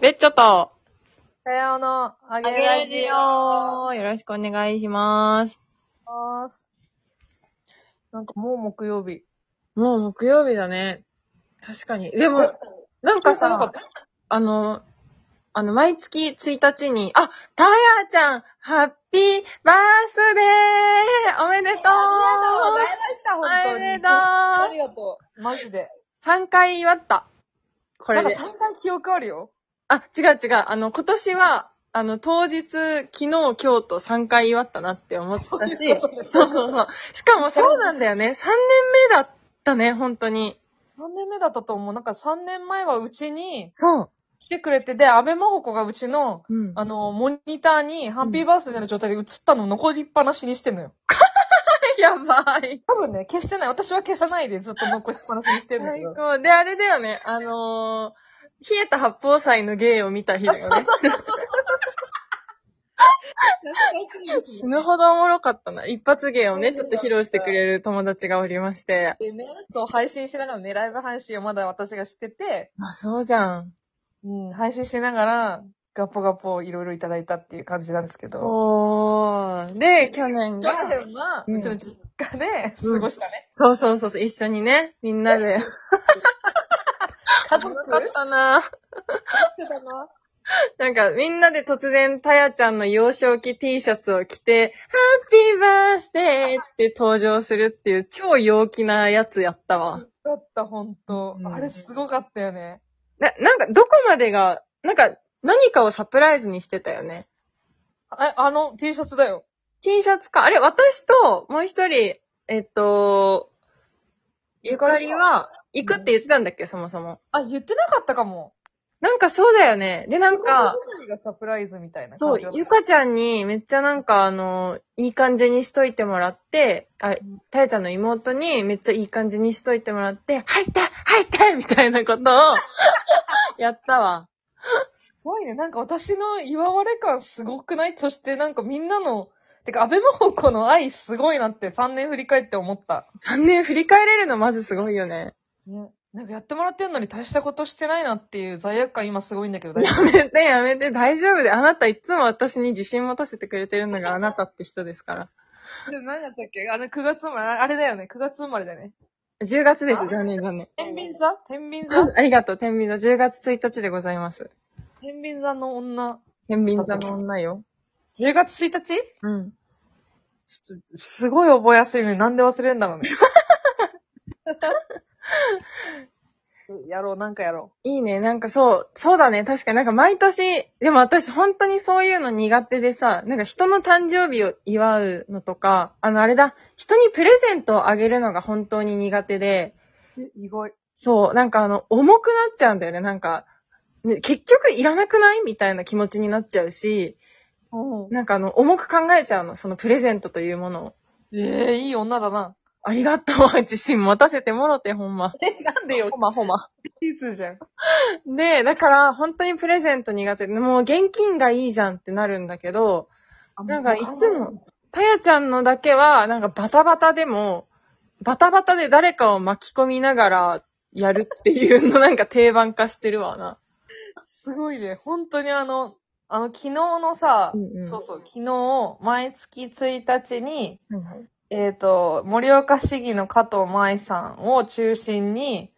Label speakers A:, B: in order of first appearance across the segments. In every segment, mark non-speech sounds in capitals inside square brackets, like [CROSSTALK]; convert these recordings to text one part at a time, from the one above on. A: ベッチョと、
B: さようの、あ
A: あ
B: げ
A: げ
B: ラ
A: ラ
B: ジ
A: ジ
B: オ
A: オよろしくお願いします。
B: なんかもう木曜日。
A: もう木曜日だね。確かに。で [LAUGHS]
B: も、
A: なん
B: かさ、
A: あの、あの、毎月1日に、あ、たやちゃん、ハッピーバースデーおめでとう
B: した、
A: おめでとう
B: ありがとう。マジで。
A: !3 回祝った。こ
B: な
A: れ
B: んか
A: で。
B: 3回記憶あるよ。
A: あ、違う違う。あの、今年は、あの、当日、昨日、今日と3回祝ったなって思ったし、
B: そういうことです
A: そうそうそう。しかもそうなんだよね。3年目だったね、本当に。
B: 何年目だったと思うなんか3年前はうちに
A: そう。
B: 来てくれて、で、安倍真帆子がうちの、
A: うん。
B: あの、モニターにハッピーバースデーの状態で映ったの残りっぱなしにしてんのよ。
A: やばい。
B: 多分ね、消してない。私は消さないでずっと残りっぱなしにしてんだ
A: 最
B: けど。
A: 高。で、あれだよね。あのー冷えた八宝菜の芸を見た日だよね。死ぬほどおもろかったな。一発芸をね、ちょっと披露してくれる友達がおりまして。
B: でね、そう、配信しながらね、ライブ配信をまだ私がしてて、
A: あ、そうじゃん。
B: うん、配信しながら、ガポガポいろいろいただいたっていう感じなんですけど。
A: おー。で、去年
B: 去
A: が。
B: 年は、
A: うん
B: うちの実家で過ごしたね。
A: そうそうそうそう、一緒にね、みんなで。
B: 家族
A: よかったな
B: だな。
A: なんか、みんなで突然、たやちゃんの幼少期 T シャツを着て、ハッピーバースデーって登場するっていう、超陽気なやつやったわ。
B: だった、ほんと
A: う。ん
B: あれすごかったよね。
A: な、なんか、どこまでが、なんか、何かをサプライズにしてたよね。
B: あ、あの T シャツだよ。
A: T シャツか。あれ、私と、もう一人、えっと、ゆかりは、行くって言ってたんだっけ、そもそも。
B: あ、言ってなかったかも。
A: なんかそうだよね。で、なんか、
B: がサプライズみたいな
A: そ
B: 感
A: う
B: じだっ、た
A: ゆかちゃんにめっちゃなんかあの、いい感じにしといてもらって、あ、たやちゃんの妹にめっちゃいい感じにしといてもらって、入って入ってみたいなこと
B: [LAUGHS]
A: を、やったわ。
B: すごいね。なんか私の祝われ感すごくないそしてなんかみんなの、てか、安倍真帆子の愛すごいなって3年振り返って思った。
A: 3年振り返れるのまずすごいよね。
B: ね。なんかやってもらってんのに大したことしてないなっていう罪悪感今すごいんだけど、大丈
A: やめてやめて、大丈夫で。あなたいつも私に自信持たせてくれてるのがあなたって人ですから。
B: 夫 [LAUGHS] で何だったっけあれ9月生まれ、あれだよね。9月生まれだよね。
A: 10月です、残念残念。
B: 天秤座天秤
A: そう
B: 座
A: ありがとう、天秤座。10月1日でございます。
B: 天秤座の女。
A: 天秤座の女よ。
B: 10月1日
A: うん。
B: ちょっと、すごい覚えやすいのになんで忘れるんだろう [LAUGHS] ね。やろう、なんかやろ
A: いいね。なんかそう、そうだね。確かになんか毎年、でも私本当にそういうの苦手でさ、なんか人の誕生日を祝うのとか、あのあれだ、人にプレゼントをあげるのが本当に苦手で、
B: う。え、意外。
A: そう、なんかあの、重くなっちゃうんだよね。なんか、ね結局いらなくないみたいな気持ちになっちゃうし、
B: うん。
A: なんかあの、重く考えちゃうの。そのプレゼントというものを。
B: ええいい女だな。
A: ありがとう。自信持たせてもろて、ほんま。
B: え、なんでよ。ほまほま。いつじゃん。
A: で、だから、本当にプレゼント苦手。もう現金がいいじゃんってなるんだけど、なんかいつも。、たやちゃんのだけは、なんかバタバタでも、バタバタで誰かを巻き込みながらやるっていうのなんか定番化してるわな。
B: すごいね。本当にあの、あの、昨日のさ、
A: うんうん
B: そうそう、昨日、毎月1日に、えっ、と、盛岡市議の加藤舞さんを中心に、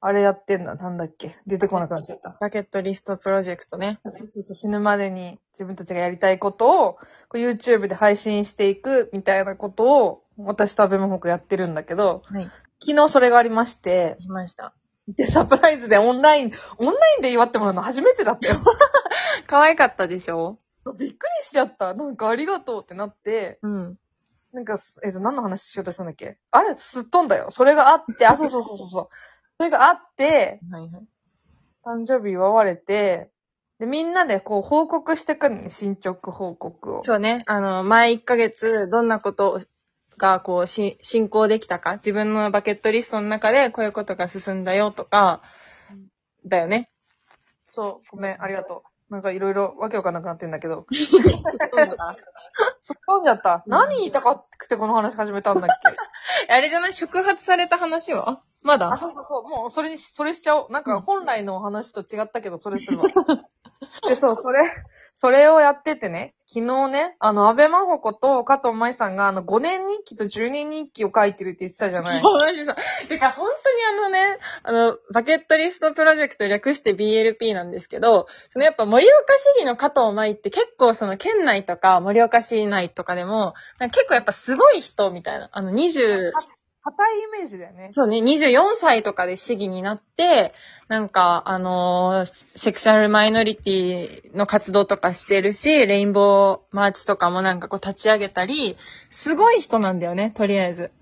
B: あれやってんだ。なんだっけ。出てこなくなっちゃった。
A: バケットリストプロジェクトね。
B: そうそうそう、死ぬまでに自分たちがやりたいことを、こう YouTube で配信していくみたいなことを、私と安部真帆子やってるんだけど、
A: はい。
B: 昨日それがありまして、
A: 来ました。
B: で、サプライズでオンライン、オンラインで祝ってもらうの初めてだったよ。 [LAUGHS]
A: 可愛かったでしょ
B: びっくりしちゃった。なんかありがとうってなって、
A: うん。
B: なんかす、えっ、と、何の話しようとしたんだっけあれ、すっ飛んだよ。それがあって、あ、そうそうそうそうそう。それがあって、
A: はいはい。
B: 誕生日祝われて、で、みんなでこう報告してくるのね、進捗報告を。
A: そうね。あの、前1ヶ月、どんなことが、こう、し、進行できたか。自分のバケットリストの中で、こういうことが進んだよとか、だよね。 [LAUGHS]
B: そう、ごめん、ありがとなんかいろいろわけわかんなくなってんだけど。
A: そうか
B: 突っ込んじゃった。
A: うん
B: 何言いたかくてこの話始めたんだっけ
A: あれじゃない触発された話はま
B: [LAUGHS] あ、
A: だ
B: そうそうそう。もうそれにし、それしちゃおう。なんか本来の話と違ったけど、それす [LAUGHS] るわ。で、そう、それ、それをやっててね、昨日ね、あの、安倍真帆子と加藤舞さんが、あの、5年日記と10年日記を書いてるって言ってたじゃ [LAUGHS] ない。
A: マジさ。てか、本当にあのね、あの、バケットリストプロジェクト略して BLP なんですけど、そのやっぱ盛岡市議の加藤舞って結構その県内とか盛岡市内とかでも、なんか結構やっぱすごい人みたいな、あの20、
B: 硬いイメージだよね。
A: そうね、24歳とかで市議になって、なんか、あのーセクシャルマイノリティの活動とかしてるし、レインボーマーチとかもなんかこう立ち上げたり、すごい人なんだよね、とりあえず。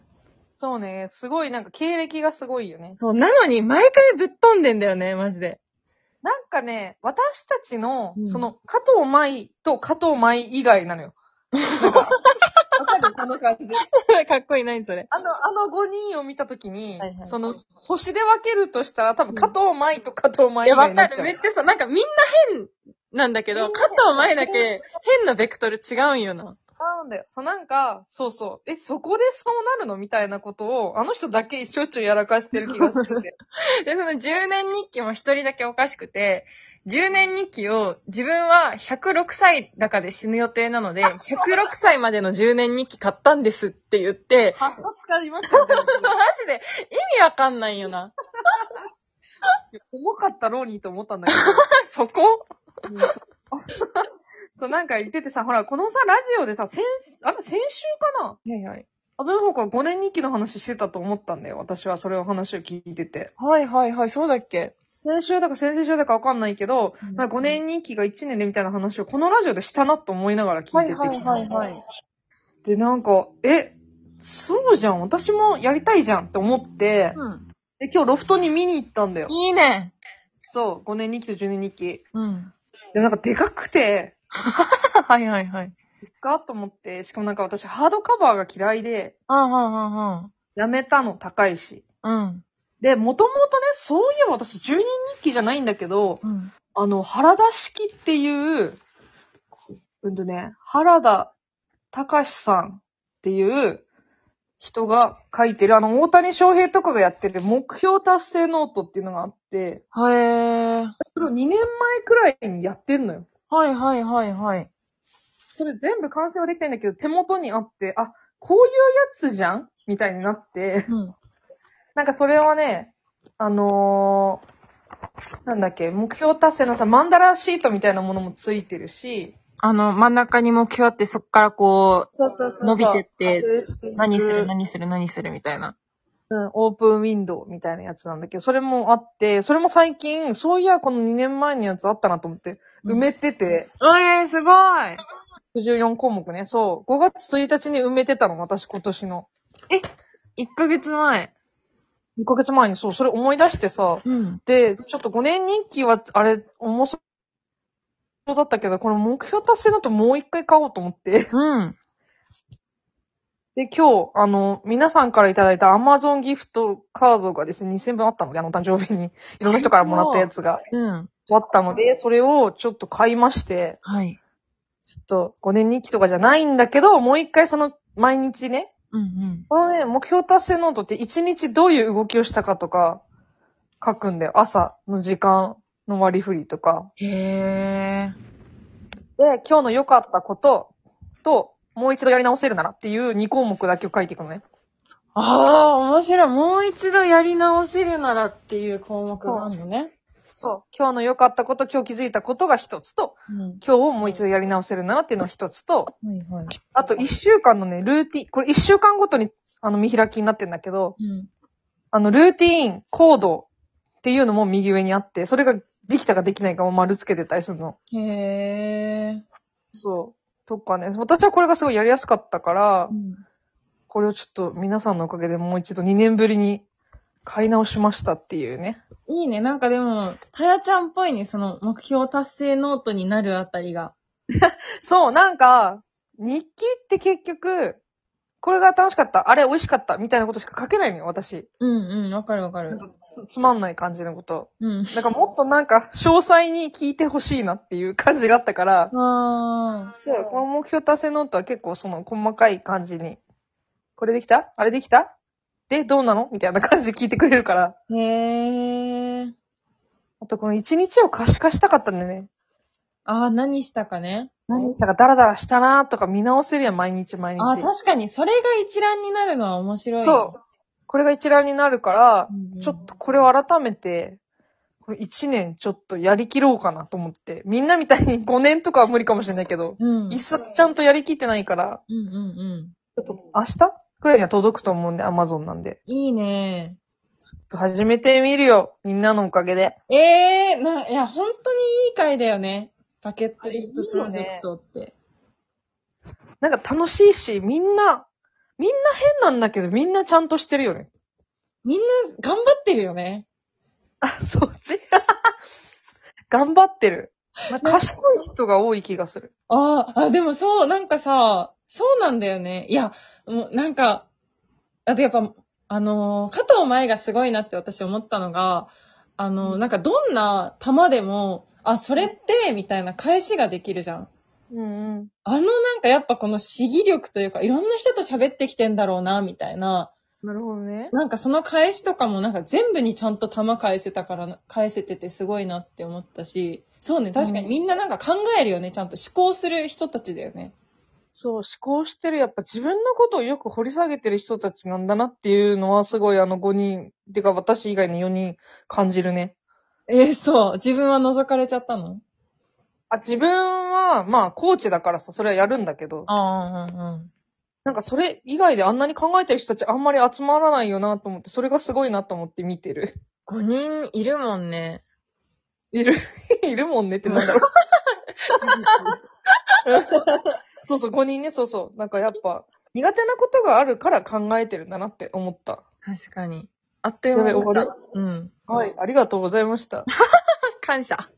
B: そうね、すごい、なんか経歴がすごいよね。
A: そう、なのに毎回ぶっ飛んでんだよね、マジ [LAUGHS] で。
B: なんかね、私たちの
A: う、ん
B: その、加藤舞と加藤舞以外なのよ。なんかわかるこの感じ。
A: かっこいい、何それ。
B: あの、あの5人を見たときに、
A: はいはい
B: その、星で分けるとしたら、多分加藤舞と加
A: い
B: 藤舞以
A: や、
B: 外
A: わ
B: にな
A: か
B: っちゃ
A: る。め
B: う。
A: っちゃさ、なんかみんな変なんだけど、
B: みんな
A: 加
B: 変
A: 藤前だけ変なベクトル違うんよな。
B: なんだよ。そう、なんか、そうそう。え、そこでそうなるのみたいなことを、あの人だけしょっちゅうやらかしてる気がし
A: [LAUGHS]
B: てて。
A: で、その10年日記も一人だけおかしくて、10年日記を自分は106歳だかで死ぬ予定なので、106歳までの10年日記買ったんですって言って、
B: 発想使いましたよ、ね。
A: [LAUGHS] マジで意味わかんないよな。
B: 重かったろうにと思ったんだけど。
A: [LAUGHS] そこ
B: うんそうそう、なんか言っててさ、ほら、このさ、ラジオでさ、先、あれ、先週かな
A: はいはい。
B: 安倍ほか5年日記の話してたと思ったんだよ。私はそれを話を聞いてて。
A: はいはいはい、そうだっけ
B: 先週だか先々週だかわかんないけど、
A: うん
B: なんか5年日記が1年でみたいな話をこのラジオでしたなと思いながら聞いてて。
A: い。
B: で、なんか、え、そうじゃん。私もやりたいじゃんって思って、
A: うん。
B: で今日ロフトに見に行ったんだよ。
A: いいね。
B: そう、5年日記と10年日記。
A: うん。
B: でもなんかでかくて、
A: [LAUGHS] はいはいはい。
B: かと思って、しかもなんか私ハードカバーが嫌いで、
A: ああ、はんはん
B: やめたの高いし。
A: はん。
B: で、もともとね、そういえば私、住人日記じゃないんだけど、
A: うん。うん。
B: あの、原田式っていう、うんとね、原田隆さんっていう人が書いてる、あの、大谷翔平とかがやってる目標達成ノートっていうのがあって、
A: はえー。
B: それを2年前くらいにやってんのよ。
A: はいはいはいはい。
B: それ全部完成はできないんだけど、手元にあって、あ、こういうやつじゃんみたいになって、
A: うん。
B: なんかそれはね、あのーなんだっけ、目標達成のさ、マンダラシートみたいなものもついてるし、
A: あの、真ん中に目標あって、そっからこ
B: そうそう
A: そう伸びてって
B: て
A: う、何する、何する、何するみたいな。
B: うん、オープンウィンドウみたいなやつなんだけど、それもあって、それも最近、そういや、この2年前のやつあったなと思って、埋めてて、
A: えー、すごい
B: 64項目ね、そう、5月1日に埋めてたの、私今年の。
A: !1 ヶ月前。
B: 2ヶ月前に、そう、それ思い出してさ、
A: うん。
B: で、ちょっと5年日記は、あれ、重そうだったけど、この目標達成だともう一回買おうと思って。 [LAUGHS]
A: うん。
B: で、今日、あの、皆さんからいただいた Amazon ギフトカードがですね、2000分あったので、あの、誕生日に、 [LAUGHS] いろんな人からもらったやつが
A: うん。
B: あったので、それをちょっと買いまして、
A: はい。
B: ちょっと5年日記とかじゃないんだけど、もう一回その、毎日ね、
A: うんうん。
B: このね、目標達成ノートって1日どういう動きをしたかとか、書くんだよ。朝の時間の割り振りとか。
A: へえ。
B: で、今日の良かったことと、もう一度やり直せるならっていう2項目だけを書いていくのね。
A: ああ、面白い。もう一度やり直せるならっていう項目があるのね。
B: そう。今日の良かったこと、今日気づいたことが一つと、
A: うん。
B: 今日をもう一度やり直せるならっていうのが一つと、
A: はいはい。
B: あと1週間のね、ルーティン、これ1週間ごとにあの見開きになってんだけど、
A: うん。
B: あの、ルーティーン、行動っていうのも右上にあって、それができたかできないかも丸つけてたりするの。
A: へえ。
B: そう。とかね、私はこれがすごいやりやすかったから
A: う、ん。
B: これをちょっと皆さんのおかげでもう一度2年ぶりに買い直しましたっていうね。
A: いいね。なんかでも、たやちゃんっぽいね、その目標達成ノートになるあたりが。
B: そう、なんか、日記って結局、これが楽しかった、あれ美味しかった、みたいなことしか書けないのよ、私。
A: うんうん、わかるわか
B: な
A: る
B: ん。かつつまんない感じのこと。
A: うん。
B: なんかもっとなんか、詳細に聞いてほしいなっていう感じがあったから、
A: ああ。
B: そう、この目標達成ノートは結構その細かい感じに、これできたあれできたで、どうなのみたいな感じで聞いてくれるから。
A: へえ。
B: あとこの一日を可視化したかったんだよね。
A: ああ、何したかね。
B: 何したかダラダラしたなーとか見直せるやん、毎日毎日。
A: ああ、確かに、それが一覧になるのは面白い。
B: そう。これが一覧になるから、
A: うんうん
B: ちょっとこれを改めて、これ1年ちょっとやりきろうかなと思って。みんなみたいに5年とかは無理かもしれないけど、
A: うん。うん
B: 一冊ちゃんとやりきってないから、
A: うんうん。
B: ちょっと明日くらいには届くと思うんで、Amazon なんで。
A: いいね。
B: ちょっと始めてみるよ。みんなのおかげで。
A: ええー、な、いや、本当にいい回だよね。バケットリストプロジェクトって。
B: なんか楽しいし、みんな、みんな変なんだけど、みんなちゃんとしてるよね。
A: みんな頑張ってるよね。
B: あ、そっち [LAUGHS] 頑張ってる。なんか賢い人が多い気がする。
A: ああ、あ、でもそう、なんかさ、そうなんだよね。いや、もうなんか、あとやっぱ、あのー、加藤舞がすごいなって私思ったのが、あのー、なんかどんな球でも、あ、それって、みたいな返しができるじゃん。
B: うんうん。
A: あのなんかやっぱこの試技力というか、いろんな人と喋ってきてんだろうな、みたいな。
B: なるほどね。
A: なんかその返しとかもなんか全部にちゃんと球返せたからな、返せててすごいなって思ったし、そうね、確かにみんななんか考えるよね、ちゃんと思考する人たちだよね。
B: そう、思考してる。やっぱ自分のことをよく掘り下げてる人たちなんだなっていうのは、すごいあの5人、てか私以外の4人感じるね。
A: えーそう。自分は覗かれちゃったの
B: あ、自分は、まあ、コーチだからさ、それはやるんだけど、
A: ああ、うんうん。
B: なんかそれ以外であんなに考えてる人たちあんまり集まらないよなと思って、それがすごいなと思って見てる。 [LAUGHS]
A: 5人いるもんね。
B: いる、いるもんねってなんだろう。そうそう、5人ね、そうそう。なんかやっぱ、苦手なことがあるから考えてるんだなって思った。
A: 確かに。あっとい
B: や
A: う間
B: べ
A: でし
B: 終わ
A: た。うん。
B: るはい、ありがとうございました。
A: 感謝。